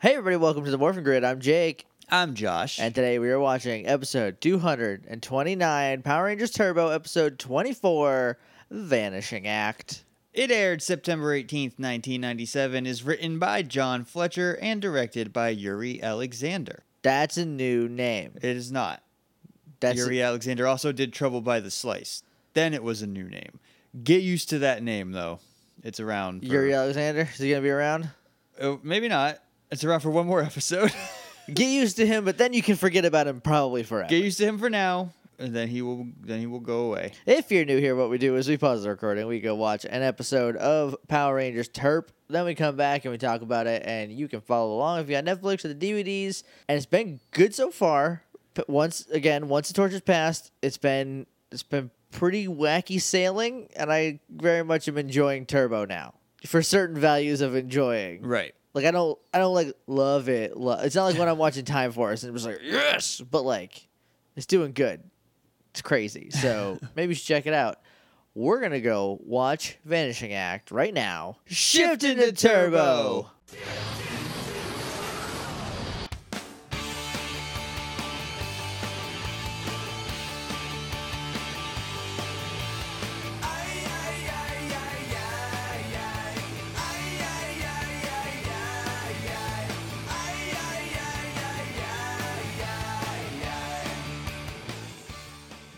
Hey everybody, welcome to the Morphin Grid. I'm Jake, I'm Josh. and today we are watching episode 229, Power Rangers Turbo, episode 24, Vanishing Act. it aired September 18th, 1997, is written by John Fletcher and directed by Yuri Alexander. That's a new name. It is not. That's Yuri Alexander also did Trouble by the Slice. Then it was a new name. Get used to that name, though. It's around. For, Yuri Alexander. Is he gonna be around? Oh, maybe not. It's around for one more episode. Get used to him, but then you can forget about him probably forever. Get used to him for now, and then he will. Then he will go away. If you're new here, what we do is we pause the recording, we go watch an episode of Power Rangers Terp, then we come back and we talk about it, and you can follow along if you got Netflix or the DVDs. And it's been good so far. But once again, once the torch is passed, it's been it's been pretty wacky sailing, and I very much am enjoying Turbo now for certain values of enjoying. Right. Like I don't I don't like love it. Lo- it's not like when I'm watching Time Force and I'm just like yes, but like it's doing good. It's crazy. So maybe you should check it out. We're gonna go watch Vanishing Act right now. Shift into turbo.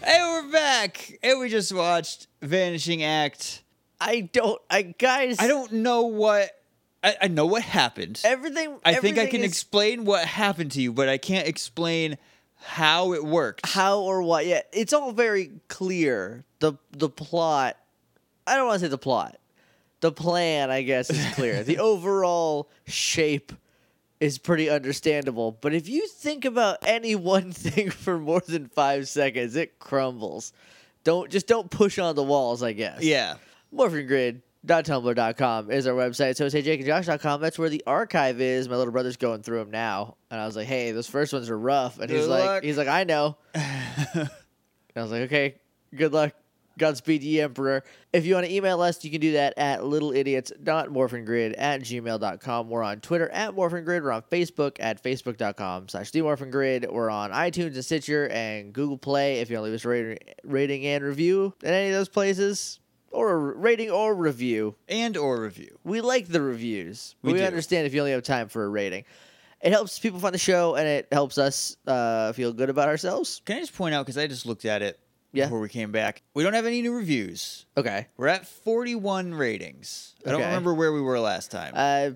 Hey, we're back, and we just watched Vanishing Act. I don't. I guys. I don't know what. I, I know what happened. Everything. I think I everything can is explain what happened to you, but I can't explain how it worked. how or what. Yeah, it's all very clear. The the plot. I don't want to say the plot. The plan, I guess, is clear. the overall shape is pretty understandable. But if you think about any one thing for more than five seconds, it crumbles. Don't just don't push on the walls. I guess. Yeah. MorphinGrid.tumblr.com is our website. So it's heyjakeandjosh.com. That's where the archive is. My little brother's going through them now, and I was like, "Hey, those first ones are rough," and he's Good like, luck. "He's like, I know." and I was like, "Okay, good luck, Godspeed, ye Emperor." If you want to email us, you can do that at littleidiots.morphingrid at gmail.com. We're on Twitter at morphingrid. We're on Facebook at facebook.com slash themorphingrid. We're on iTunes and Stitcher and Google Play. If you want to leave us a rating, rating and review at any of those places, or a rating or review. And or review. We like the reviews. but We we do. understand if you only have time for a rating. It helps people find the show and it helps us uh, feel good about ourselves. Can I just point out because I just looked at it Yeah. before we came back. We don't have any new reviews. Okay. We're at 41 ratings. I don't Okay. remember where we were last time. Uh,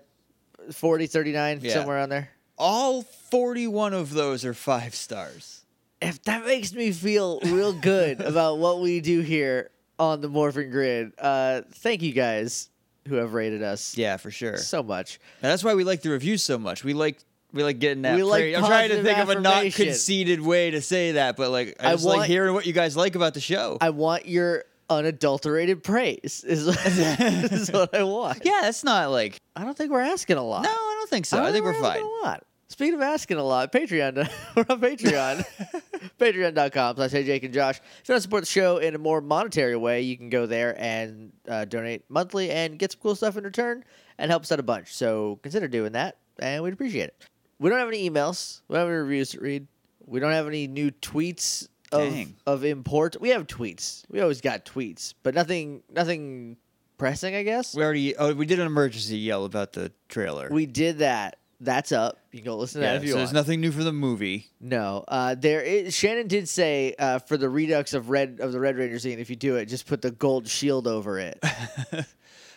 40, 39, Yeah. somewhere on there. All 41 of those are five stars. If that makes me feel real good about what we do here on the Morphin Grid, uh, thank you guys who have rated us Yeah, for sure. so much. And that's why we like the reviews so much. We like we like getting that. We like praise. I'm trying to positive think of a not affirmation. conceited way to say that, but like I I just want- like hearing what you guys like about the show. I want your unadulterated praise, is, is what I want. yeah, that's not like I don't think we're asking a lot. No, I don't think so. don't I think Uh, know we're what I'm fine. asking A lot. Speaking of asking a lot, Patreon. we're on Patreon. Patreon.com slash Hey Jake and Josh. If you want to support the show in a more monetary way, you can go there and uh, donate monthly and get some cool stuff in return and help us out a bunch. So consider doing that, and we'd appreciate it. We don't have any emails. We don't have any reviews to read. We don't have any new tweets of, Dang. of import. We have tweets. We always got tweets, but nothing nothing pressing, I guess. We already oh we did an emergency yell about the trailer. We did that. That's up. You can go listen to yeah, that if you so want. there's nothing new for the movie. No, uh, there is. Shannon did say uh, for the redux of red of the Red Ranger scene, if you do it, just put the gold shield over it.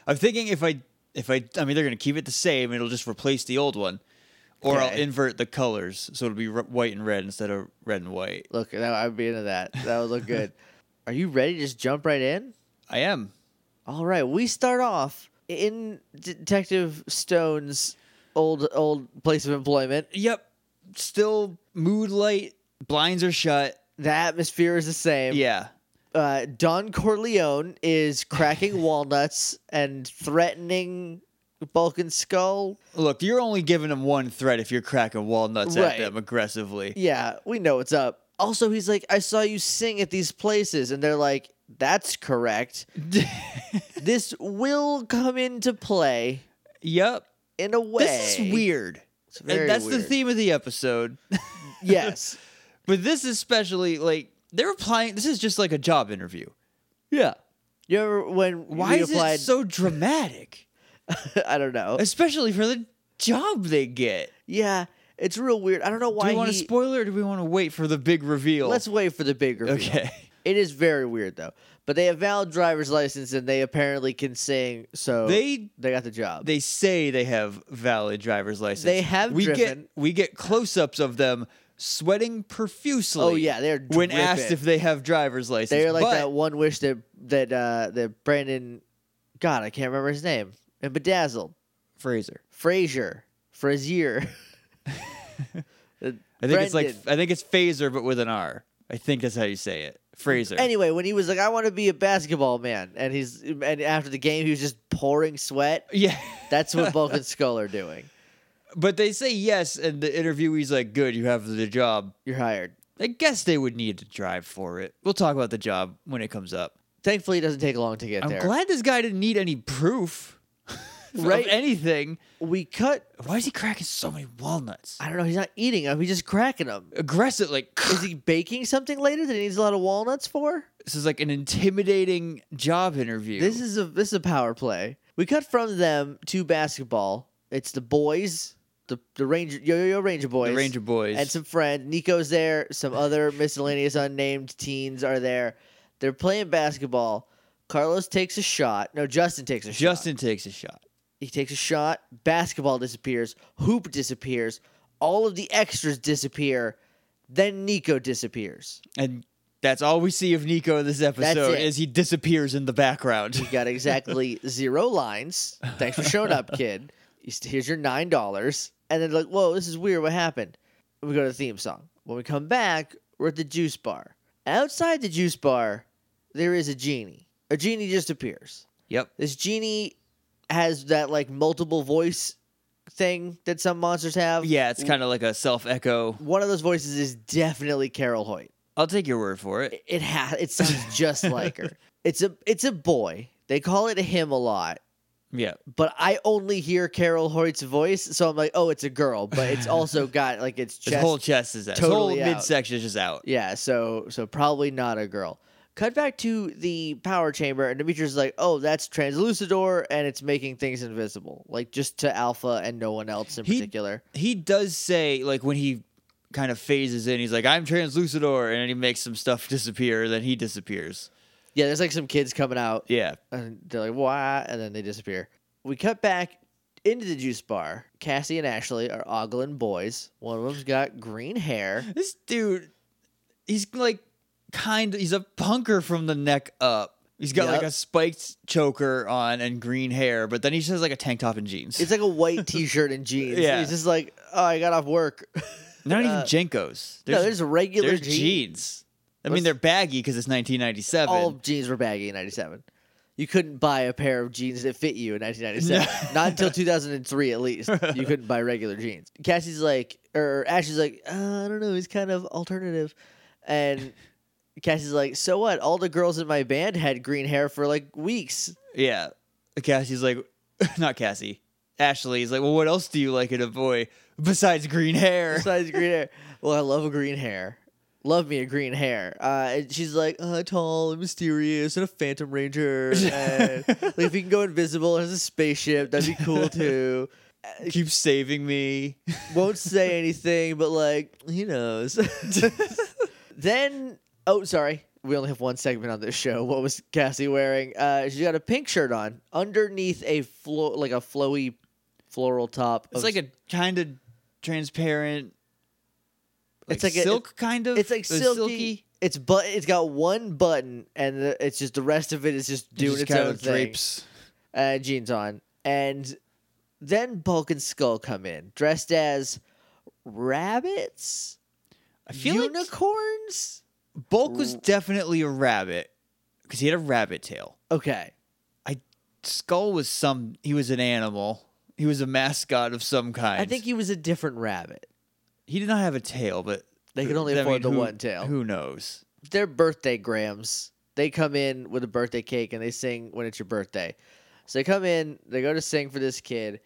I'm thinking if I if I I mean they're gonna keep it the same, it'll just replace the old one, or I'll Okay. invert the colors so it'll be r- white and red instead of red and white. look, that, I'd be into that. That would look good. Are you ready? to Just jump right in. I am. All right, we start off in Detective Stone's old old place of employment. Yep. Still mood light. Blinds are shut. The atmosphere is the same. Yeah. Uh, Don Corleone is cracking walnuts and threatening Balkan Skull. Look, you're only giving them one threat if you're cracking walnuts Right. at them aggressively. Yeah, we know what's up. Also, he's like, I saw you sing at these places. And they're like, that's correct. this will come into play yep. in a way. This is weird. It's It's very that's the weird. theme of the episode. Yes. But this is especially like they're applying. This is just like a job interview. yeah. You remember when Why we is applied? it so dramatic? I don't know. Especially for the job they get. Yeah, it's real weird. I don't know Do why. we want to he- spoil it or do we want to wait for the big reveal? Let's wait for the big reveal. Okay. It is very weird though. But they have valid driver's license and they apparently can sing, so They they got the job. they say they have valid driver's license. They have we get driven. we get close-ups of them sweating profusely. Oh, yeah, they're when asked dripping. if they have driver's license. They're like but that one wish that that uh that Brandon God, I can't remember his name. And bedazzled. Fraser. Frazier. Frazier. I think it's like I think it's phaser but with an R. I think that's how you say it. Fraser. Anyway, when he was like, I want to be a basketball man and he's and after the game he was just pouring sweat. yeah. That's what Bulk and Skull are doing. But they say yes, and the interviewee's like, "Good, you have the job." You're hired. I guess they would need to drive for it. We'll talk about the job when it comes up. Thankfully, it doesn't take long to get I'm there. glad this guy didn't need any proof Right. of anything. we cut. Why is he cracking so many walnuts? I don't know. He's not eating them. He's just cracking them. Aggressive, like Is he baking something later that he needs a lot of walnuts for? this is like an intimidating job interview. This is a this is a power play. We cut from them to basketball. It's the boys, the the Ranger Yo Yo Yo Ranger boys, the Ranger Boys. and some friend. Nico's there. Some other miscellaneous unnamed teens are there. They're playing basketball. Carlos takes a shot. No, Justin takes a shot. Justin takes a shot. He takes a shot. Basketball disappears. Hoop disappears. All of the extras disappear. Then Nico disappears. And that's all we see of Nico in this episode it. is he disappears in the background. You got exactly zero lines. Thanks for showing up, kid. You st- Here's your nine dollars. And then like, whoa, this is weird. What happened? We go to the theme song. When we come back, we're at the juice bar. Outside the juice bar, there is a genie. A genie just appears. yep. This genie has that like multiple voice thing that some monsters have. Yeah, it's kind of like a self echo. one of those voices is definitely Carol Hoyt. I'll take your word for it. It it, ha- it sounds just like her. It's a it's a boy. They call it a him a lot, Yeah. but I only hear Carol Hoyt's voice, so I'm like, oh, it's a girl. But it's also got like its His chest. whole chest is out. totally His out. whole midsection is just out. yeah, so so probably not a girl. Cut back to the power chamber, and Demetrius is like, "Oh, that's Translucidor, and it's making things invisible, like just to Alpha and no one else in He- particular." He does say, like, when he kind of phases in, he's like, I'm Translucidor, and then he makes some stuff disappear, and then he disappears. Yeah, there's like some kids coming out. Yeah. And they're like, why? And then they disappear. We cut back into the juice bar. Cassie and Ashley are ogling boys. One of them's got green hair. This dude, he's like kind of, he's a punker from the neck up. He's got like Yep. a spiked choker on and green hair, but then he just has like a tank top and jeans. It's like a white t shirt and jeans. Yeah. He's just like, oh, I got off work. Not uh, even Jenkos. no, there's regular They're jeans. jeans. I Let's- mean, they're baggy because it's 1997. All jeans were baggy in 97. You couldn't buy a pair of jeans that fit you in 1997. Not until 2003, at least. You couldn't buy regular jeans. Cassie's like, or Ashley's like, uh, I don't know. He's kind of alternative. And Cassie's like, so what? All the girls in my band had green hair for like weeks. yeah. Cassie's like, not Cassie. Ashley's like, well, what else do you like in a boy besides green hair? Besides green hair. Well, I love a green hair. Love me a green hair. Uh, and she's like, uh, tall and mysterious and a phantom ranger. And like, if he can go invisible and has a spaceship, that'd be cool too. Keep saving me. won't say anything, but like he knows. then, oh, sorry, we only have one segment on this show. What was Cassie wearing? Uh, she got a pink shirt on underneath a flo- like a flowy floral top. It's of- like a kind of transparent. It's like like a- silk, kind of. it's like the silky. It's but it's got one button, and the, it's just the rest of it is just doing Just its kind own of thing. drapes. uh, jeans on, and then Bulk and Skull come in dressed as rabbits, I feel like unicorns. Bulk was definitely a rabbit because he had a rabbit tail. okay. Skull was some. He was an animal. He was a mascot of some kind. I think he was a different rabbit. He did not have a tail, but They could only I afford the who- one tail. Who knows? They're birthday grams. They come in with a birthday cake and they sing when it's your birthday. So they come in, they go to sing for this kid,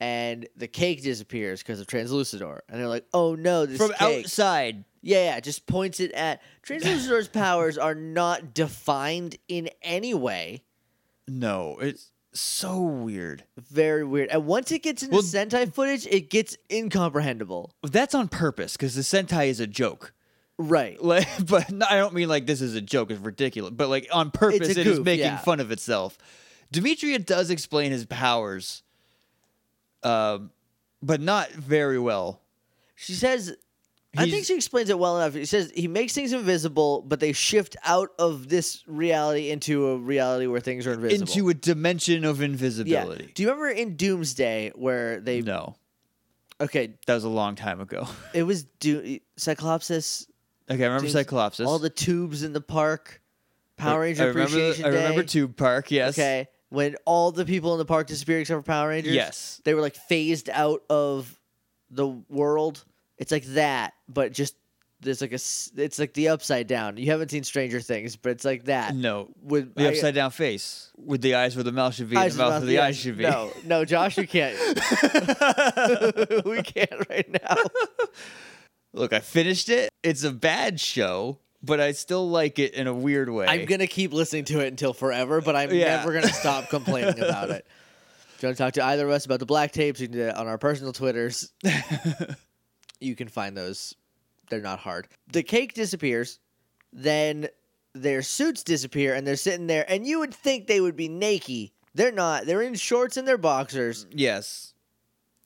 and the cake disappears because of Translucidor. And they're like, oh no, this From cake. outside. Yeah, yeah, just points it at Translucidor's powers are not defined in any way. No, it's so weird. Very weird. And once it gets into Well- Sentai footage, it gets incomprehensible. That's on purpose because the Sentai is a joke. Right. Like, but no, I don't mean like this is a joke. It's ridiculous. But like on purpose, it is goof, making yeah. fun of itself. Demetria does explain his powers, um, but not very well. She says, I think He's- she explains it well enough. She says he makes things invisible, but they shift out of this reality into a reality where things are invisible. into a dimension of yeah. invisibility. Do you remember in Doomsday where they? No, Okay, that was a long time ago. it was do Cyclopsis. Okay, I remember Dude, Cyclopsis. All the tubes in the park. I- Power Ranger I remember, Appreciation I remember Day. Tube Park. Yes. Okay, when all the people in the park disappeared except for Power Rangers. Yes. they were like phased out of the world. It's like that, but just there's like a s- it's like the upside down. You haven't seen Stranger Things, but it's like that. No. With The I- uh, upside down face with the eyes where the mouth should be, and eyes is the mouth not where the eyes should be. No, no, Josh, we can't. we can't right now. Look, I finished it. It's a bad show, but I still like it in a weird way. I'm gonna keep listening to it until forever, but I'm Yeah. never gonna stop complaining about it. If you want to talk to either of us about the black tapes, you can do that on our personal Twitters. you can find those. They're not hard. The cake disappears, then their suits disappear, and they're sitting there, and you would think they would be naked. They're not. They're in shorts and their boxers. Yes.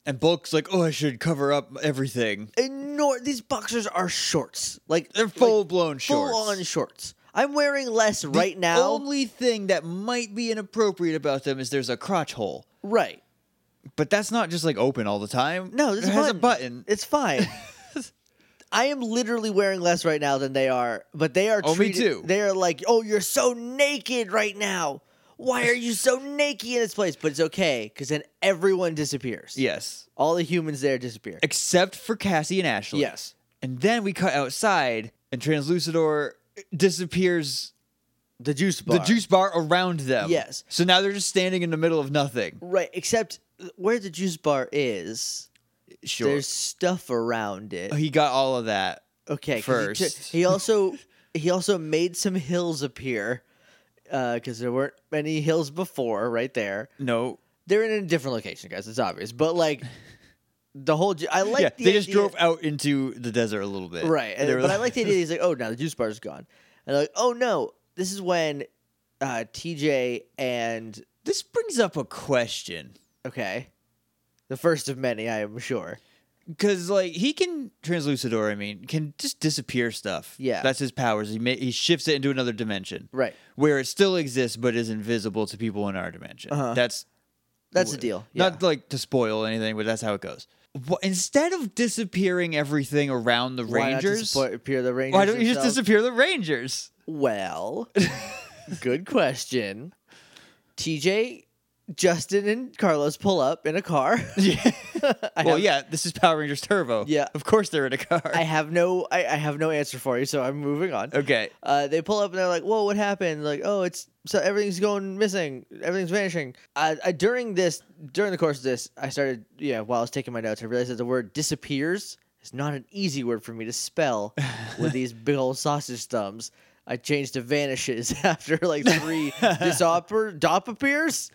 And Bulk's like, oh, I should cover up everything. And nor- these boxers are shorts. Like They're like, full blown shorts. full on shorts. I'm wearing less The right now. only thing that might be inappropriate about them is there's a crotch hole. right. But that's not just like open all the time. No, this it has a button. It's fine. I am literally wearing less right now than they are, but they are. Oh, me treated, too. They are like, oh, you're so naked right now. Why are you so naked in this place? But it's okay because then everyone disappears. Yes. all the humans there disappear. Except for Cassie and Ashley. Yes, And then we cut outside, and Translucidor disappears the juice bar. the juice bar around them. Yes. So now they're just standing in the middle of nothing. right? Except where the juice bar is, Sure. there's stuff around it. he got all of that. Okay, 'cause He, took- first. he also he also made some hills appear because there weren't many hills before. Right there, No. they're in a different location, guys. It's obvious, but like the whole ju- I like yeah, the they just idea- drove out into the desert a little bit. right, and- They but were I like the idea. that He's like, oh, now the juice bar is gone, and they're like, oh no, this is when uh, TJ and This brings up a question okay, the first of many, I am sure. because, like, he can translucidor. I mean, can just disappear stuff. Yeah. that's his powers. He ma- he shifts it into another dimension Right, where it still exists but is invisible to people in our dimension. Uh-huh. That's that's the deal. Yeah. Not like to spoil anything, but that's how it goes. Wh- Instead of disappearing everything around the Why not to Rangers, support- appear the Rangers? why don't you just themselves? disappear the Rangers? Well, good question. TJ, Justin, and Carlos pull up in a car. Yeah. I well, have, yeah, this is Power Rangers Turbo. Yeah. Of course they're in a car. I have no, I, I have no answer for you, so I'm moving on. okay. Uh, they pull up and they're like, "Whoa, what happened?" Like, "Oh, it's so everything's going missing, everything's vanishing." I, I during this, during the course of this, I started, yeah, while I was taking my notes, I realized that the word disappears is not an easy word for me to spell with these big old sausage thumbs. I changed to vanishes after like three disopper dop appears.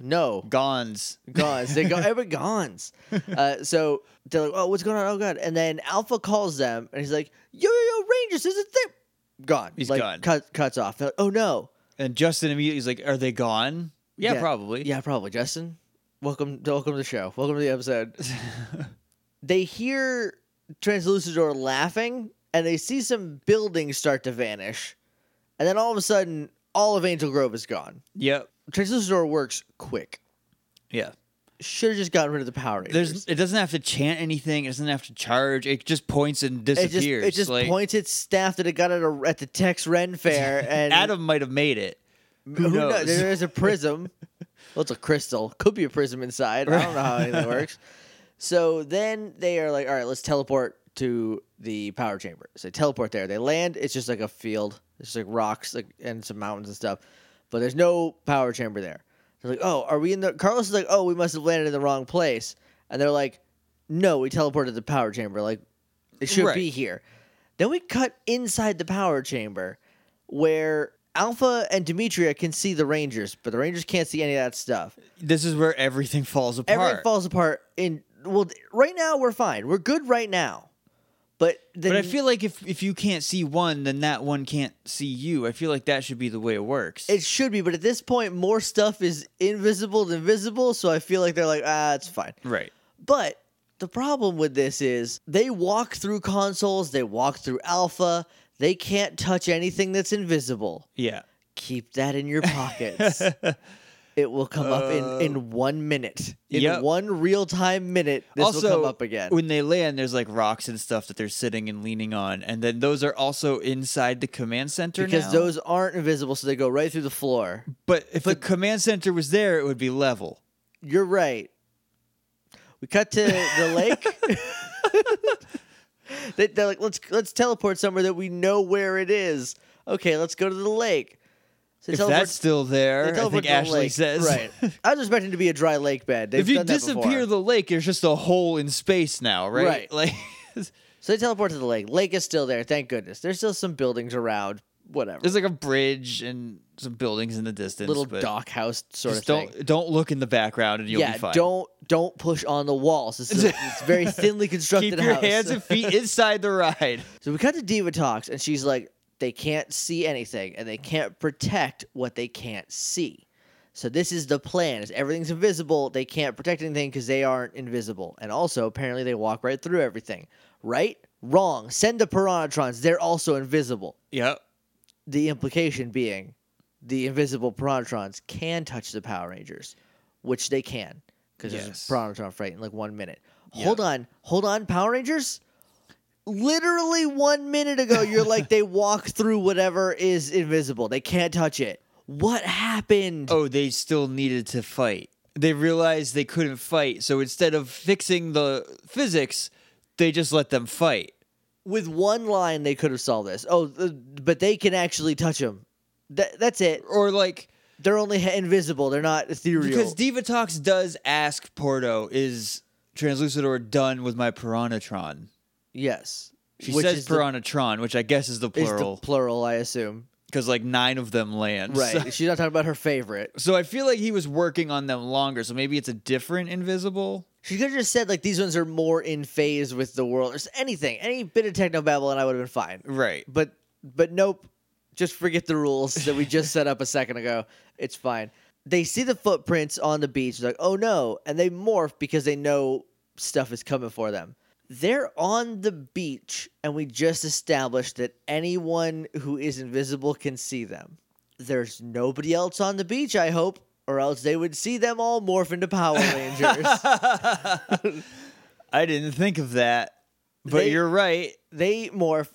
No, Gons. Gons. They go every Gons. Uh, so they're like, "Oh, what's going on? Oh God!" And then Alpha calls them, and he's like, "Yo, yo, yo, Rangers, is it there?" Gone. He's like, gone. Cut, cuts off. They're like, "Oh no." And Justin immediately is like, "Are they gone?" Yeah, probably. Yeah, probably. Justin, welcome, to, welcome to the show. Welcome to the episode. they hear Translucidor laughing, and they see some buildings start to vanish, and then all of a sudden, all of Angel Grove is gone. Yep. Translucidor works quick. Yeah. Should have just gotten rid of the Power Rangers. There's. It doesn't have to chant anything. It doesn't have to charge. It just points and It just, disappears. it just like, points its staff that it got at, a, at the Tex Ren fair, and Adam might have made it. Who, who kno- knows? There is a prism. well, it's a crystal. Could be a prism inside. I don't know how anything works. So then they are like, all right, let's teleport to the power chamber. So they teleport there. They land. It's just like a field. It's just like rocks like, and some mountains and stuff. But there's no power chamber there. They're like, oh, are we in the? Carlos is like, oh, we must have landed in the wrong place. And they're like, no, we teleported to the power chamber. Like, it should Right. be here. Then we cut inside the power chamber, where Alpha and Demetria can see the Rangers, but the Rangers can't see any of that stuff. This is where everything falls apart. Everything falls apart. In well, right now we're fine. We're good right now. But the, but I feel like if if you can't see one, then that one can't see you. I feel like that should be the way it works. It should be, but at this point, more stuff is invisible than visible, so I feel like they're like, ah, it's fine. right. But the problem with this is they walk through consoles, they walk through alpha, they can't touch anything that's invisible. Yeah. Keep that in your pockets. it will come up in, in one minute. In Uh, Yep. one real time minute, this also, will come up again. when they land, there's like rocks and stuff that they're sitting and leaning on, and then those are also inside the command center Because now. those aren't invisible, so they go right through the floor. But if the command center was there, it would be level. You're right. We cut to the lake. they, they're like, let's let's teleport somewhere that we know where it is. Okay, let's go to the lake. So they If teleport- that's still they there, I teleport think to the Ashley lake. says. Right. I was expecting it to be a dry lake bed. They've if you done that before. disappear the lake, there's just a hole in space now, right? Right. Like, so they teleport to the lake. Lake is still there. Thank goodness. There's still some buildings around. Whatever. there's like a bridge and some buildings in the distance. little but dock house sort of Just thing. don't don't look in the background and you'll yeah, be fine. don't don't push on the walls. This is a, it's a very thinly constructed keep your house. hands and feet inside the ride. So we cut to Diva Talks, and she's like, they can't see anything, and they can't protect what they can't see. So this is the plan: is everything's invisible, they can't protect anything because they aren't invisible, and also apparently they walk right through everything. Right? Wrong. Send the Piranatrons; they're also invisible. Yep. The implication being, the invisible Piranatrons can touch the Power Rangers, which they can because Yes. there's a Piranatron fight in like one minute. Yeah. Hold on, hold on, Power Rangers. Literally one minute ago, you're like they walk through whatever is invisible. They can't touch it. What happened? Oh, they still needed to fight. They realized they couldn't fight, so instead of fixing the physics, they just let them fight. With one line, they could have solved this. Oh, th- but they can actually touch them. That, that's it. Or like They're only ha- invisible. They're not ethereal. because Diva Talks does ask Porto, is Translucidor done with my Piranatron? yes, She Which says is the- Piranatron, which I guess is the is the plural, plural, I assume. because like nine of them land. Right. So, She's not talking about her favorite. so I feel like he was working on them longer, so maybe it's a different invisible. She could have just said like these ones are more in phase with the world or s- anything, any bit of techno babble, and I would have been fine. Right. But but nope, just forget the rules that we just set up a second ago. It's fine. They see the footprints on the beach, like oh no, and they morph because they know stuff is coming for them. They're on the beach, and we just established that anyone who is invisible can see them. There's nobody else on the beach, I hope, or else they would see them all morph into Power Rangers. I didn't think of that, but They- you're right. they morph.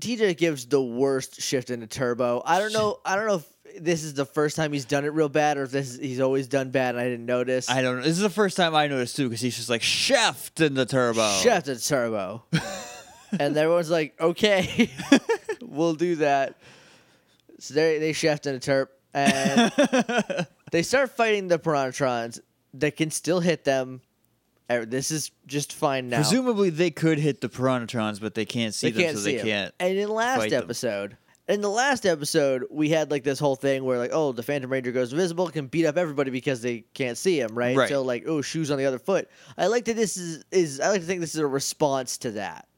TJ gives the worst shift into turbo. I don't know. I don't know if this is the first time he's done it real bad, or if this is, he's always done bad and I didn't notice. I don't know. This is the first time I noticed too, because he's just like chefed in the turbo. Shift to turbo, and everyone's like, "Okay, we'll do that." So they they shift into turp, and they start fighting the Piranatrons that can still hit them. Uh, This is just fine now. Presumably they could hit the Piranatrons, but they can't see them, so they him. can't. And in the fight last them. episode, in the last episode, we had like this whole thing where like, oh, the Phantom Ranger goes invisible, can beat up everybody because they can't see him, right? Right. So like, oh, shoes on the other foot. I like that this is is I like to think this is a response to that.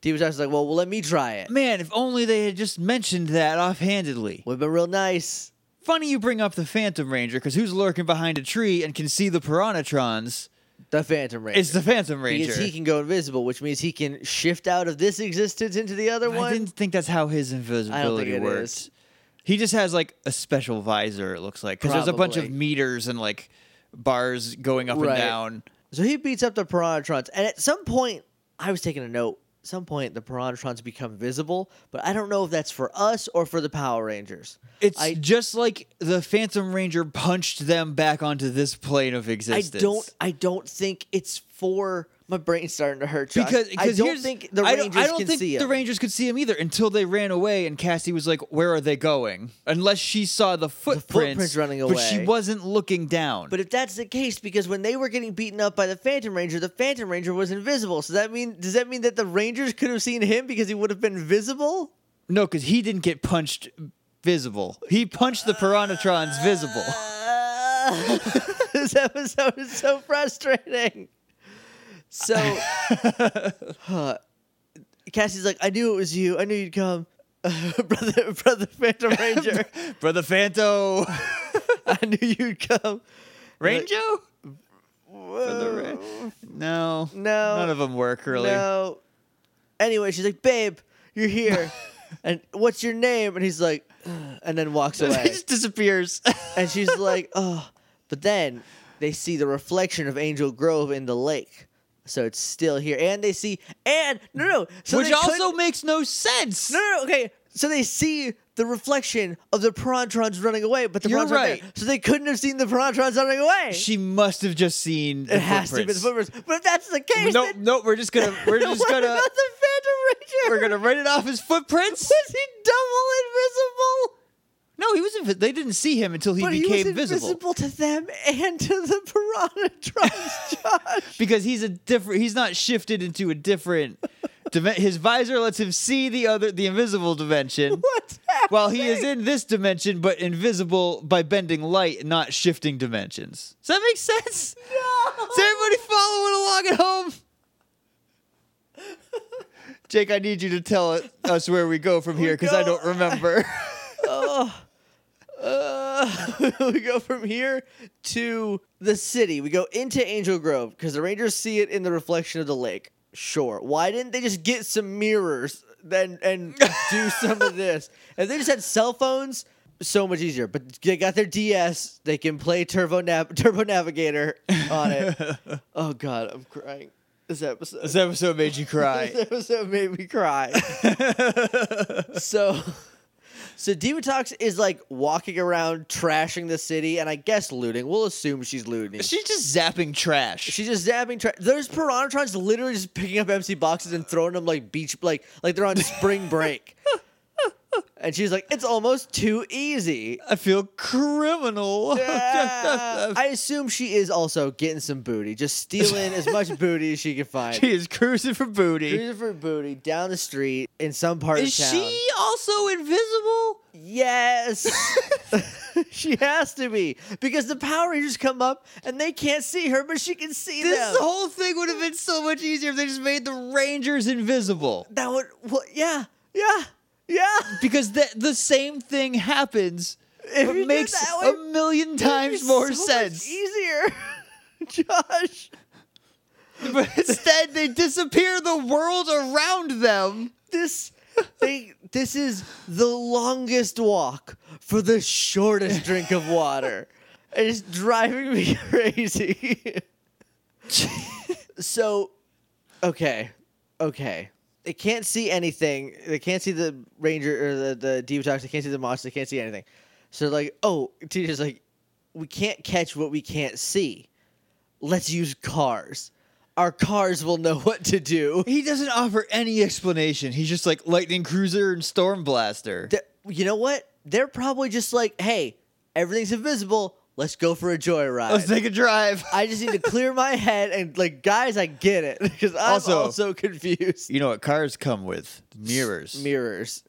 Diva Talks is like, well, well, let me try it. Man, if only they had just mentioned that offhandedly. We've been real nice. Funny you bring up the Phantom Ranger, because who's lurking behind a tree and can see the Piranatrons? The Phantom Ranger. It's the Phantom Ranger. because he can go invisible, which means he can shift out of this existence into the other I one. didn't think that's how his I don't think invisibility it worked. is. He just has like a special visor. It looks like because there's a bunch of Probably. meters and like bars going up and Right. down. So he beats up the Piranatrons, and at some point, I was taking a note. At some point, the Piranatrons become visible, but I don't know if that's for us or for the Power Rangers. It's I- just like the Phantom Ranger punched them back onto this plane of I existence. don't. I don't think it's for My brain's starting to hurt. Josh. Because I because don't here's- think the I Rangers don't, I don't can think see the him. Rangers could see him either until they ran away and Cassie was like, "Where are they going?" Unless she saw the footprints, footprints running but she away. wasn't looking down. But if that's the case, because when they were getting beaten up by the Phantom Ranger, the Phantom Ranger was invisible. So that mean does that mean that the Rangers could have seen him because he would have been visible? no, because he didn't get punched visible. He punched the Piranatrons visible. Uh, this episode is so frustrating. So, huh. Cassie's like, I knew it was you. I knew you'd come, brother, brother Phantom Ranger. Brother Fanto, I knew you'd come. Ranjo. Whoa. No, no, No. none of them work really. No. Anyway, she's like, "Babe, you're here." and what's your name? And he's like, "Ugh," and then walks He away. just disappears. and she's like, "Oh." But then they see the reflection of Angel Grove in the lake. So it's still here. And they see and no no. So Which they could- also makes no sense. no, no, no, okay. So they see the reflection of the Pirantrons running away, but the You're Pirantrons aren't there. right. So they couldn't have seen the Pirantrons running away. She must have just seen. The it has to be the footprints. footprints. But if that's the case, Nope, then nope. We're just gonna. We're just what gonna. about the Phantom Ranger? We're gonna write it off as footprints. Was he double invisible? No, he was. Invi- they didn't see him until he but became he was invisible visible to them and to the Piranatrons, Josh. because he's a different. He's not shifted into a different. dimen his visor lets him see the other, the invisible dimension. What's happening? While he is in this dimension, but invisible by bending light, not shifting dimensions. Does that make sense? No. Is everybody following along at home? Jake, I need you to tell it- us where we go from here because I go- don't remember. Oh. Uh, we go from here to the city. We go into Angel Grove because the Rangers see it in the reflection of the lake. Sure. Why didn't they just get some mirrors then and do some of this? If they just had cell phones, so much easier. But they got their DS. They can play Turbo Nav- Turbo Navigator on it. oh God, I'm crying. This episode. this episode made you cry. This episode made me cry. so, so Divatox is like walking around trashing the city, and I guess looting. We'll assume she's looting. She's just zapping trash. she's just zapping. Tra- There's Piranatrons literally just picking up empty boxes and throwing them like beach, like like they're on spring break. and she's like, "It's almost too easy." I feel criminal. Ah, I assume she is also getting some booty, just stealing as much booty as she can find. she is cruising for booty. Cruising for booty down the street in some part Is of town. she also invisible? Yes. she has to be because the Power Rangers come up and they can't see her, but she can see This them. whole thing would have been so much easier if they just made the Rangers invisible. that would, well, yeah, yeah, yeah. Because the, the same thing happens. If but you did makes that way, a million times It's more so much sense. easier, Josh. But instead, they disappear the world around them. This. They, this is the longest walk for the shortest drink of water. It is driving me crazy. so okay okay they can't see anything they can't see the ranger or the the Divatox. they can't see the monster they can't see anything so they're like oh teacher's like we can't catch what we can't see let's use cars our cars will know what to do He doesn't offer any explanation. He's just like Lightning Cruiser and Storm Blaster. Th- you know what they're probably just like hey everything's invisible let's go for a joyride Let's take a drive. I just need to clear my head and like guys, I get it because I'm Also- also confused. You know what cars come with? Mirrors. mirrors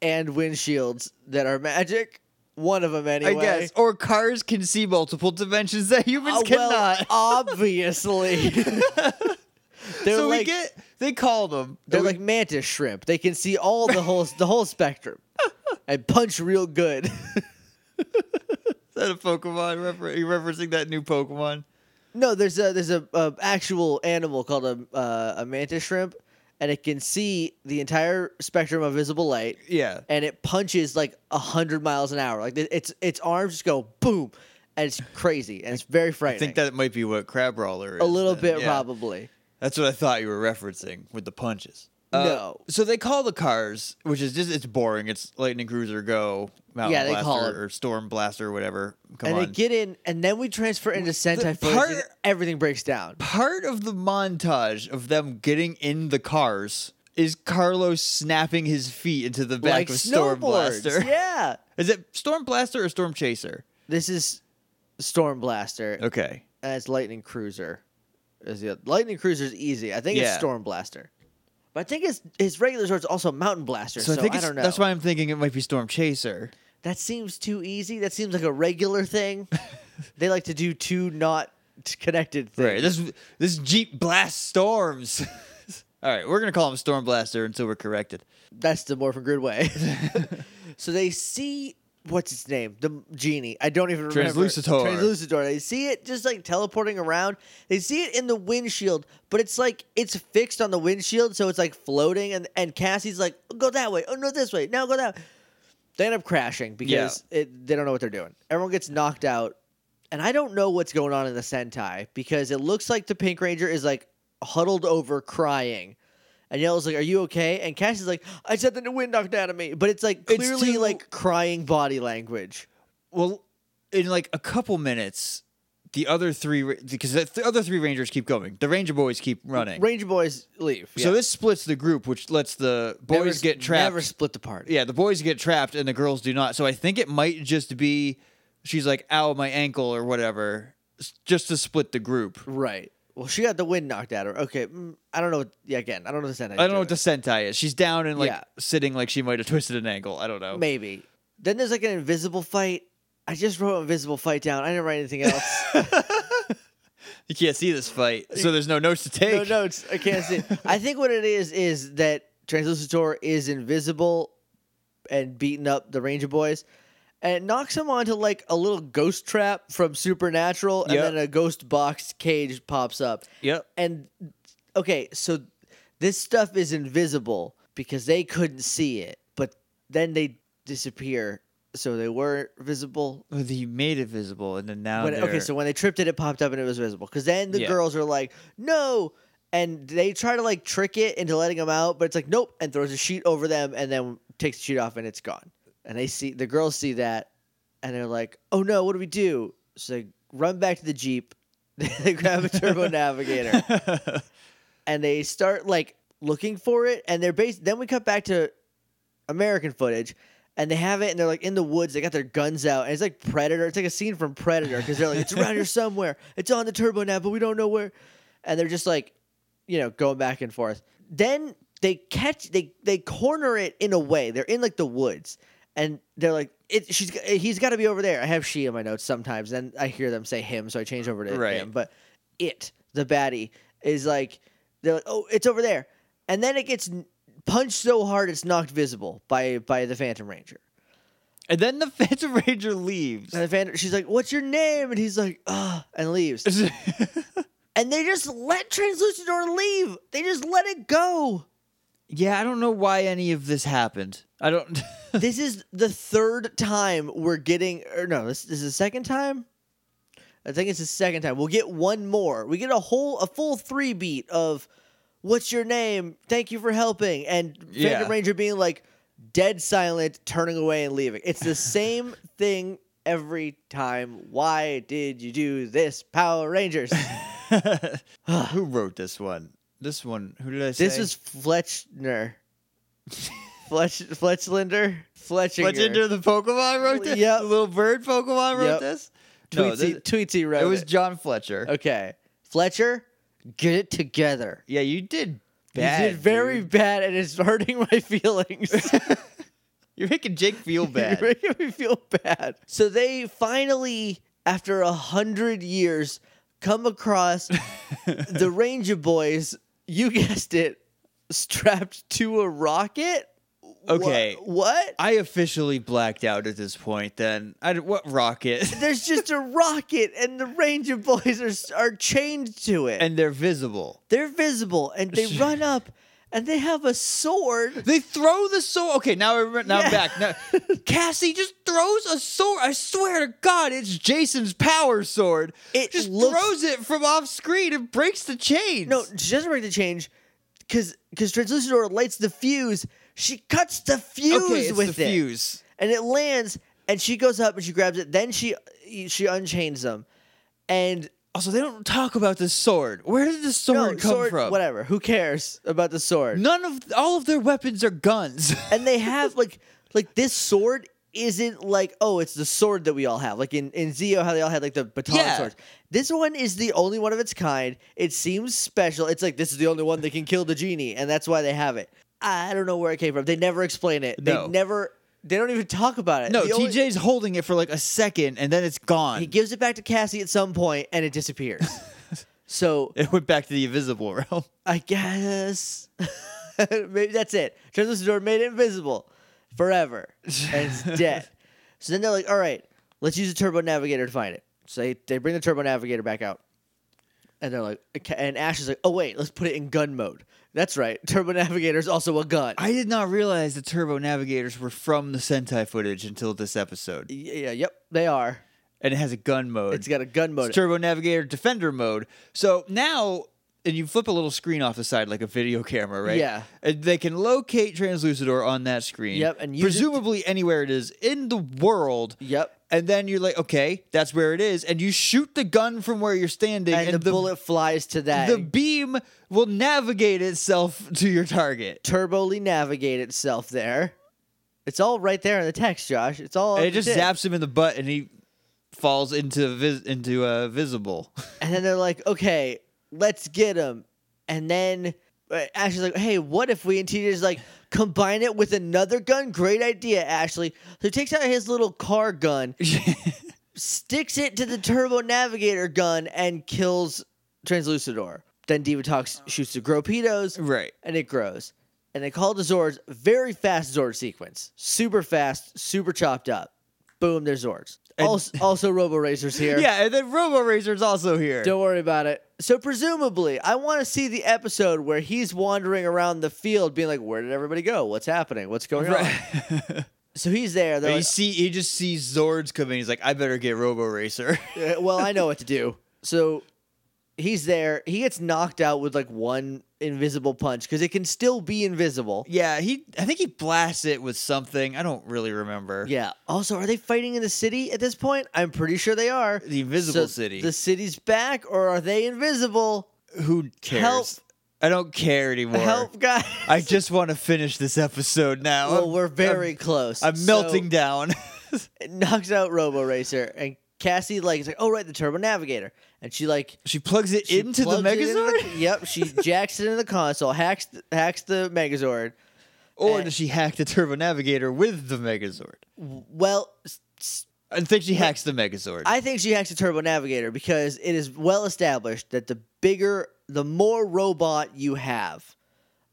and windshields that are magic. One of them, anyway. I guess. Or cars can see multiple dimensions that humans Uh, well, cannot. obviously. they're so like we get they call them. they're We- like mantis shrimp. They can see all the whole the whole spectrum and punch real good. is that a Pokemon refer- are you referencing that new Pokemon? no, there's a there's a, a actual animal called a uh, a mantis shrimp, and it can see the entire spectrum of visible light. Yeah. and it punches like hundred miles an hour. Like th- its its arms just go boom, and it's crazy and it's very I frightening. think that might be what Crabrawler is. a little then. bit Yeah. probably. That's what I thought you were referencing with the punches. Uh, No. So they call the cars, which is just it's boring. It's Lightning Cruiser Go, Mountain Yeah, they Blaster, call it- or Storm Blaster, or whatever. Come and on. they get in, and then we transfer into Sentai footage, part- and everything breaks down. Part of the montage of them getting in the cars is Carlos snapping his feet into the back like of Storm snowboards. Blaster. Yeah. Is it Storm Blaster or Storm Chaser? This is Storm Blaster. Okay. And it's Lightning Cruiser. Is the Lightning Cruiser is easy. I think it's Yeah. Storm Blaster. But I think his his regular sword's also Mountain Blaster. So, So I think it's, don't know. that's why I'm thinking it might be Storm Chaser. That seems too easy. That seems like a regular thing. they like to do two not connected things. Right. This this Jeep blasts storms. All right, we're gonna call him Storm Blaster until we're corrected. That's the Morphin Grid way. so they see what's its name, the genie. I don't even remember. Translucitor. Translucitor. They see it just like teleporting around. They see it in the windshield, but it's like it's fixed on the windshield, so it's like floating. And and Cassie's like, go that way. Oh no, this way. Now go that. They end up crashing because it, they don't know what they're doing. Everyone gets knocked out, and I don't know what's going on in the Sentai because it looks like the Pink Ranger is like huddled over crying. And Yellow's like, "Are you okay?" And Cassie's like, "I said that the wind knocked out of me," but it's like It's clearly too- like crying body language. Well, in like a couple minutes, the other three ra- because the th- other three Rangers keep going. The Ranger boys keep running. Ranger boys leave. So this splits the group, which lets the boys Never- get trapped. Never split the party. yeah, the boys get trapped and the girls do not. So I think it might just be she's like, "Ow, my ankle" or whatever, s- just to split the group. Right. Well, she got the wind knocked out of her. Okay. Mm, I don't know. What, yeah. Again, I don't know the sentence. I don't know what the Sentai is. She's down and like Yeah. sitting like she might have twisted an ankle. I don't know. Maybe. Then there's like an invisible fight. I just wrote invisible fight down. I didn't write anything else. You can't see this fight, so there's no notes to no take. notes. I can't see. I think what it is is that Translucitor is invisible and beating up the Ranger Boys. And it knocks him onto like a little ghost trap from Supernatural, and Yep. then a ghost box cage pops up. Yep. And okay, so this stuff is invisible because they couldn't see it, but then they disappear, so they were visible. Well, he made it visible, and then now When- okay, they're- so when they tripped it, it popped up and it was visible. Because then the Yeah. girls are like, no. And they try to like trick it into letting them out, but it's like, nope, and throws a sheet over them and then takes the sheet off and it's gone. And they see, the girls see that and they're like, oh no, what do we do? So they run back to the Jeep, they grab a turbo navigator and they start like looking for it and they're based then we cut back to american footage and they have it and they're like in the woods they got their guns out and it's like predator it's like a scene from predator because they're like it's around here somewhere it's on the turbo now but we don't know where and they're just like you know going back and forth then they catch they they corner it in a way they're in like the woods and they're like it, she's he's got to be over there i have she in my notes sometimes and i hear them say him so i change over to Right. him but it the baddie is like they're like oh it's over there and then it gets n- punched so hard it's knocked visible by by the phantom ranger and then the Phantom Ranger leaves. and the phantom she's like what's your name and he's like ah and leaves and they just let translucidor leave they just let it go yeah, I don't know why any of this happened. I don't. this is the third time we're getting or no this, this is the second time i think it's the second time we'll get one more we get a whole a full three beat of what's your name thank you for helping and phantom Yeah. ranger being like dead silent turning away and leaving it's the same thing every time why did you do this power rangers who wrote this one? This one. Who did I say? this was fletchner fletch fletchlinder fletchinger Legendary the Pokemon wrote this. Yep. The little bird Pokemon wrote Yep. this. No, Tweety, this- Tweety wrote it was John Fletcher. Okay. Fletcher, get it together. Yeah, you did. you Bad, did very dude. bad and it's hurting my feelings. You're making Jake feel bad. You're making me feel bad. So they finally, after a hundred years, come across the Ranger Boys, you guessed it, strapped to a rocket? Wha- Okay. what? I officially blacked out at this point. Then I d- what rocket? There's just a rocket and the Ranger Boys are, are chained to it. and they're visible. They're visible and they run up and they have a sword. They throw the sword. Okay, now I remember. Now Yeah. I'm back. Now, Cassie just throws a sword. I swear to God, it's Jason's power sword. It just looks- throws it from off screen and breaks the chains. No, she doesn't break the change. because because Translucidor lights the fuse. She cuts the fuse okay, it's with the it, fuse. and it lands. And she goes up and she grabs it. Then she she unchains them, and Also, they don't talk about the sword. Where did the sword no come sword. from? Whatever. Who cares about the sword? None of all of their weapons are guns. and they have like like this sword isn't like oh it's the sword that we all have like in in Zio how they all had like the baton Yeah. swords. This one is the only one of its kind. It seems special. It's like this is the only one that can kill the genie, and that's why they have it. I don't know where it came from. They never explain it. No. They never. They don't even talk about it. no, The only- TJ's holding it for like a second and then it's gone. he gives it back to Cassie at some point, and it disappears. so it went back to the invisible realm. I guess maybe that's it. Translucidor made it invisible forever, and it's dead. so then they're like, "All right, let's use a turbo navigator to find it." So they, they bring the turbo navigator back out, and they're like, okay- and Ash is like, "Oh wait, let's put it in gun mode." That's right, turbo navigator is also a gun. I did not realize the turbo navigators were from the Sentai footage until this episode. yeah, yeah, yep, they are. And it has a gun mode. It's got a gun mode. It's Turbo Navigator Defender mode. So now, and you flip a little screen off the side like a video camera, right? Yeah. And they can locate Translucidor on that screen. Yep, and use it- presumably anywhere it is in the world. yep, And then you're like, okay, that's where it is, and you shoot the gun from where you're standing, and, the, bullet flies to that. the beam will navigate itself to your target. turboly navigate itself there. It's all right there in the text, Josh. It's all. And up it to just date. zaps him in the butt, and he falls into vis- into uh, visible. And then they're like, okay, let's get him. And then uh, Ashley's like, hey, what if we? And TJ's like, combine it with another gun? Great idea, Ashley. So he takes out his little car gun, sticks it to the turbo navigator gun, and kills Translucidor. Then Divatox shoots the Gropedos, right. and it grows. And they call the Zords very fast Zord sequence. Super fast, super chopped up. Boom, they're Zords. also, also Robo Racers here. Yeah, and then Robo Razor's also here. Don't worry about it. So presumably, I want to see the episode where he's wandering around the field, being like, "Where did everybody go? What's happening? What's going on?" Right. So he's there. They're But you like, see, he just sees Zords coming. He's like, I better get Robo Racer. "Uh, "Well, I know what to do." So he's there. He gets knocked out with like one invisible punch because it can still be invisible. yeah, he. I think he blasts it with something. I don't really remember. Yeah. Also, are they fighting in the city at this point? I'm pretty sure they are. The invisible city. The city's back, or are they invisible? Who cares? Help. I don't care anymore. Help, guys! I just want to finish this episode now. well, I'm- we're very close. I'm, So- melting down. It knocks out Robo Racer, and Cassie like is like, "Oh right, the Turbo Navigator," and she like she plugs it she into the plugs it into Megazord, yep, she jacks it into the console, hacks th- hacks the Megazord. or Eh. does she hack the Turbo Navigator with the Megazord? W- Well, s- s- I think she hacks the Megazord. I think she hacks the Turbo Navigator because it is well established that the bigger, the more robot you have,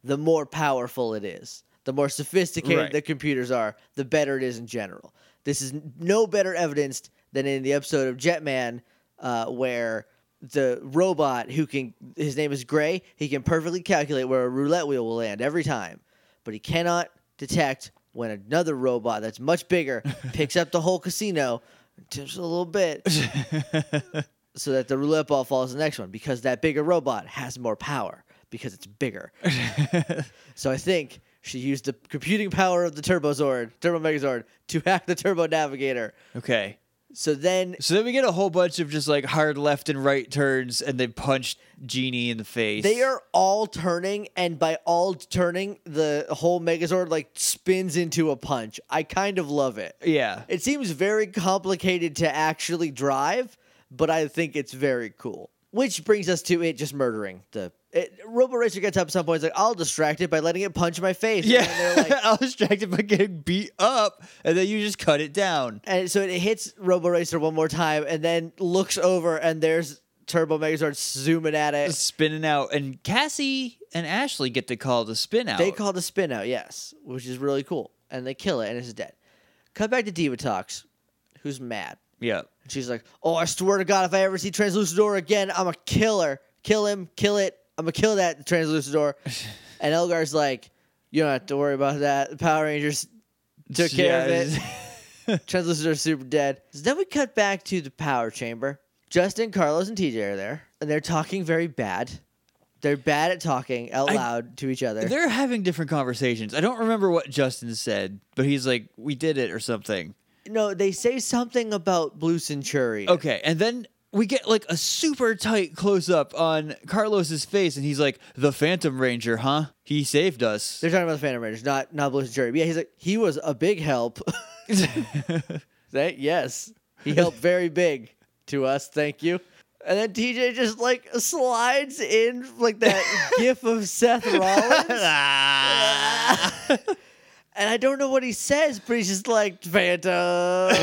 the more powerful it is. The more sophisticated Right. the computers are, the better it is in general. This is n- no better evidenced than in the episode of Jetman uh, where the robot who can, his name is Gray, he can perfectly calculate where a roulette wheel will land every time, but he cannot detect when another robot that's much bigger picks up the whole casino, tips it a little bit, so that the roulette ball falls to the next one because that bigger robot has more power because it's bigger. so I think she used the computing power of the Turbo Zord, Turbo Megazord, to hack the Turbo Navigator. okay. So then, So then we get a whole bunch of just like hard left and right turns, and they punch Genie in the face. They are all turning, and by all turning, the whole Megazord like spins into a punch. I kind of love it. Yeah. It seems very complicated to actually drive, but I think it's very cool. Which brings us to it just murdering the. It, Robo Racer gets up at some point. It's like I'll distract it by letting it punch my face. Yeah, and, then they're like, I was distracted by getting beat up, and then you just cut it down. and so it hits Robo Racer one more time, and then looks over, and there's Turbo Megazord zooming at it. Spinning out, and Cassie and Ashley get to call the spin out. They call the spin out, yes, which is really cool. And they kill it and it's dead. Cut back to Divatox, who's mad. yeah. And she's like, Oh, I swear to God, if I ever see Translucidor again, I'm a killer. Kill him, kill it. I'm gonna kill that Translucidor. and Elgar's like, You don't have to worry about that. The Power Rangers took care of it. Translucidor's super dead. So then we cut back to the power chamber. Justin, Carlos, and TJ are there, and they're talking very bad. They're bad at talking out I- loud to each other. They're having different conversations. I don't remember what Justin said, but he's like, "We did it" or something. No, they say something about blue centurion. Okay, and then we get like a super tight close up on Carlos's face, and he's like, "The Phantom Ranger, huh? He saved us." They're talking about the Phantom Rangers, not not Blue Centurion. But yeah, he's like he was a big help. That- yes, he helped very big to us. Thank you. And then TJ just like slides in like that gif of Seth Rollins, and I don't know what he says, but he's just like Phantom.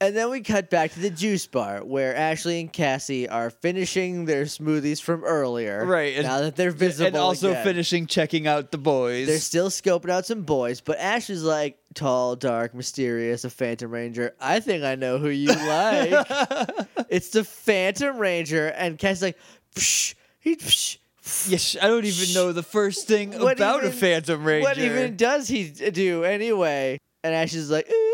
and then we cut back to the juice bar where Ashley and Cassie are finishing their smoothies from earlier. Right, and- now that they're visible, and also again. finishing checking out the boys. They're still scoping out some boys, but Ash is like tall, dark, mysterious, a Phantom Ranger. I think I know who you like. it's the Phantom Ranger, and Cassie's like, psh, he, psh, pff." yes, I don't even know the first thing What about a even- Phantom Ranger. What even does he do anyway? And Ash is like, ooh.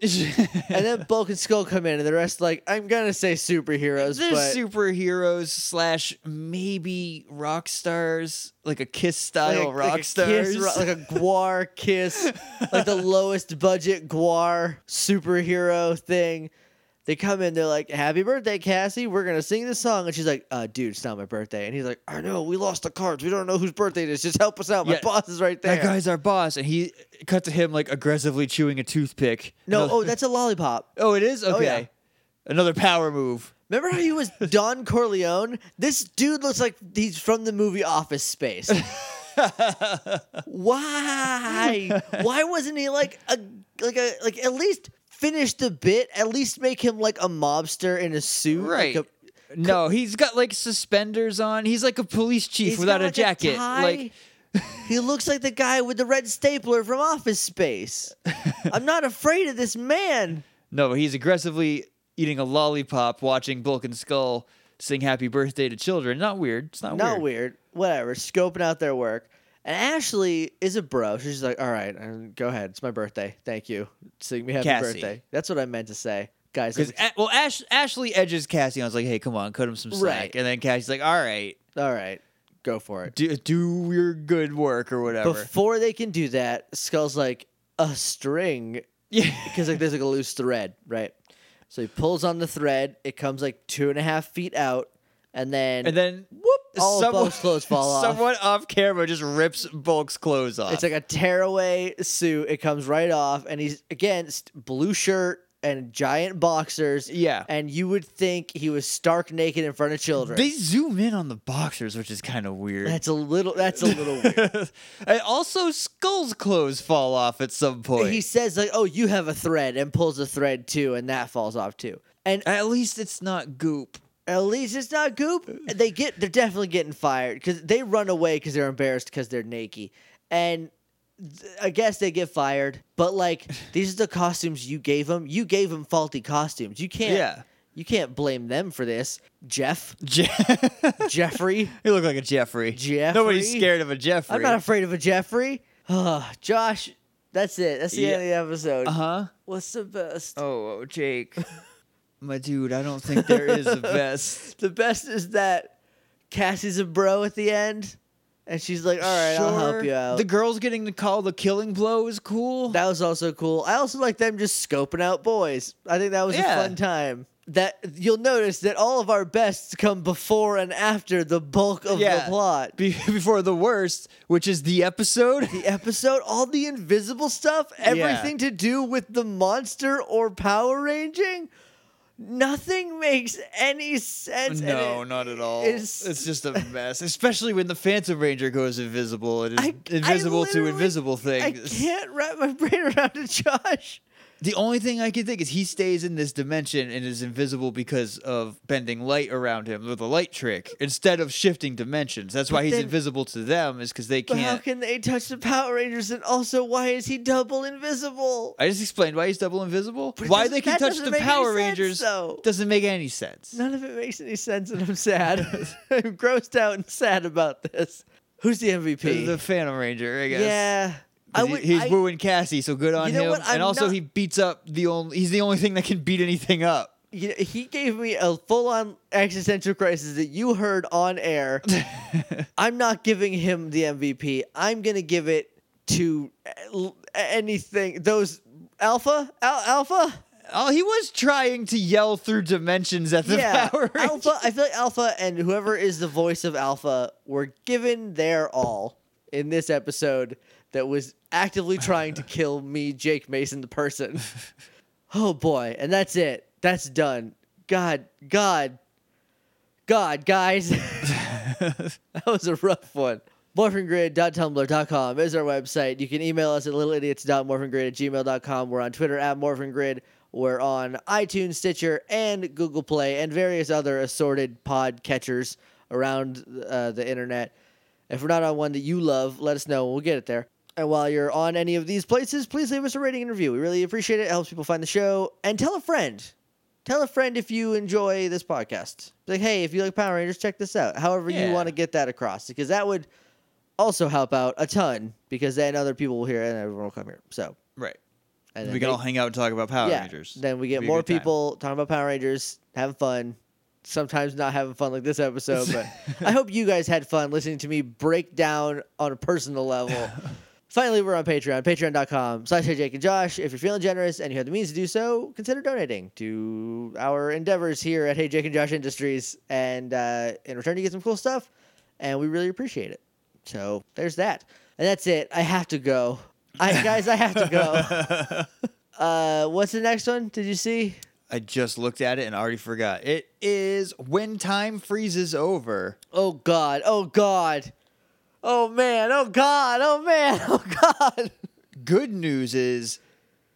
and then Bulk and Skull come in, and the rest like, I'm gonna say superheroes, They're but superheroes slash maybe rock stars, like a Kiss like style a- rock like a kiss stars. ro- like a guar kiss, like the lowest budget guar superhero thing. They come in, they're like, "Happy birthday, Cassie! We're gonna sing this song," and she's like, uh, "Dude, it's not my birthday." And he's like, "I know, we lost the cards. We don't know whose birthday it is. Just help us out. My Yeah. boss is right there." that guy's our boss, and he cut to him like aggressively chewing a toothpick. no, Another- oh, that's a lollipop. oh, it is okay. yeah. Another power move. Remember how he was Don Corleone? This dude looks like he's from the movie Office Space. Why? Why wasn't he like a like a like at least finish the bit? At least make him like a mobster in a suit, like Right. a- No, he's got like suspenders on. He's like a police chief he's without got, a like, jacket. tie. like he looks like the guy with the red stapler from Office Space. I'm not afraid of this man. no, he's aggressively eating a lollipop, watching Bulk and Skull sing "Happy Birthday" to children. Not weird. It's not, Not weird. Whatever. Scoping out their work. And Ashley is a bro. She's just like, all right, um, go ahead. It's my birthday. Thank you. Sing me happy Cassie. birthday. That's what I meant to say. Guys, Because well, Ash, Ashley edges Cassie. and I was like, "Hey, come on, cut him some slack." Right. And then Cassie's like, "All right, all right, go for it. do, do your good work or whatever." Before they can do that, Skull's like, a string. yeah, Because like there's like a loose thread, right? So he pulls on the thread. It comes like two and a half feet out. And then, and then whoop, all of someone, Bulk's clothes fall off. Someone off camera just rips Bulk's clothes off. It's like a tearaway suit. It comes right off, and he's against blue shirt and giant boxers. Yeah. and you would think he was stark naked in front of children. they zoom in on the boxers, which is kind of weird. that's a little. That's a little weird. and also, Skull's clothes fall off at some point. He says like, "Oh, you have a thread," and pulls a thread too, and that falls off too. And At least it's not goop. at least it's not goop. They get. They're definitely getting fired because they run away because they're embarrassed because they're naked, and. th- I guess they get fired, but like these are the costumes you gave them. You gave them faulty costumes. You can't Yeah. You can't blame them for this. Jeff, Je- Jeffrey. you look like a Jeffrey. Nobody's Jeffrey? scared of a Jeffrey. I'm not afraid of a Jeffrey. Ugh, Josh, that's it. That's the end of Yeah. the episode. uh huh. What's the best? Oh, Jake. My dude, I don't think there is a best. The best is that Cassie's a bro at the end, and she's like, "All right, I'll help Sure, you out." The girls getting to call the killing blow is cool. that was also cool. I also like them just scoping out boys. I think that was Yeah. a fun time. That you'll notice that all of our bests come before and after the bulk of Yeah. the plot. Be- before the worst, which is the episode. the episode, all the invisible stuff, everything to do with the monster or power ranging, nothing makes any sense. and No, it- not at all. it's- It's, just a mess, especially when the Phantom Ranger goes invisible. It is I- I invisible to literally- invisible I things. can't wrap my brain around it, Josh. The only thing I can think is he stays in this dimension and is invisible because of bending light around him with a light trick instead of shifting dimensions. That's why he's then- invisible to them is because they But how can't. can they touch the Power Rangers? And also, why is he double invisible? I just explained why he's double invisible. But it Why doesn't- they can that touch doesn't the make any Power sense, Rangers though. doesn't make any sense. None of it makes any sense, and I'm sad. I'm grossed out and sad about this. Who's the MVP? The Phantom Ranger, I guess. yeah, I But he- would. he's I- wooing Cassie, so good on You know him. what? I'm and also, not- he beats up the only. He's the only thing that can beat anything up. you know, he gave me a full on existential crisis that you heard on air. I'm not giving him the MVP. I'm going to give it to a- anything. Those Alpha? Al- Alpha? Oh, he was trying to yell through dimensions at the yeah. Power Rangers. Alpha. I feel like Alpha and whoever is the voice of Alpha were given their all in this episode that was actively trying to kill me, Jake Mason, the person. Oh boy, and that's it. That's done. God, God, God, guys. that was a rough one. MorphinGrid.tumblr.com is our website. You can email us at littleidiots.morphingrid at gmail.com. We're on Twitter at morphingrid. We're on iTunes, Stitcher, and Google Play, and various other assorted pod catchers around uh, the internet. If we're not on one that you love, let us know. We'll get it there. And while you're on any of these places, please leave us a rating and review. We really appreciate it. It helps people find the show. And tell a friend. Tell a friend if you enjoy this podcast. Be Like, hey, if you like Power Rangers, check this out. However, you Yeah. want to get that across because that would also help out a ton because then other people will hear it and everyone will come here. So Right. and We then can they- all hang out and talk about Power yeah, Rangers. Then we get Be a more good time. people talking about Power Rangers, having fun. Sometimes not having fun like this episode, but I hope you guys had fun listening to me break down on a personal level. Finally, we're on Patreon, patreon.com slash Hey Jake and Josh. If you're feeling generous and you have the means to do so, consider donating to our endeavors here at Hey Jake and Josh Industries. And uh, in return, you get some cool stuff, and we really appreciate it. So there's that. And that's it. I have to go. I, guys, I have to go. Uh, what's the next one? Did you see? I just looked at it and already forgot. It is when time freezes over. Oh God! Oh God! Oh man! Oh God! Oh man! Oh God! Good news is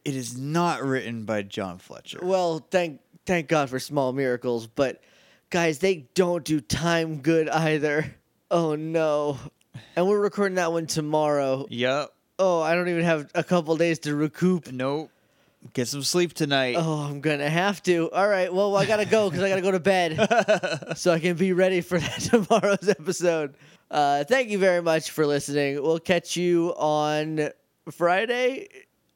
it is not written by John Fletcher. Well, thank thank God for small miracles, but guys, they don't do time good either. Oh no! And we're recording that one tomorrow. Yep. Oh, I don't even have a couple days to recoup. Nope. Get some sleep tonight. Oh, I'm gonna have to. All right. Well, I gotta go because I gotta go to bed. so I can be ready for that tomorrow's episode. Uh, thank you very much for listening. We'll catch you on Friday.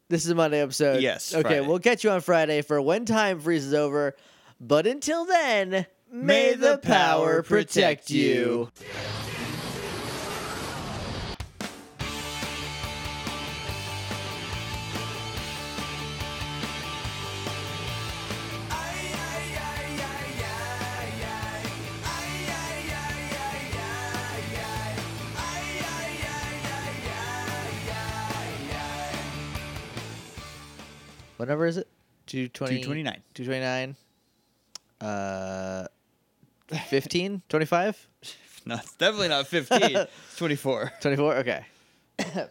This is a Monday episode. Yes, Okay, Friday. we'll catch you on Friday for when time freezes over. But until then, may, May the power protect you. What number is it? 220, 229. 229. Uh, 15? 25? No, it's definitely not 15. It's 24. 24? Okay.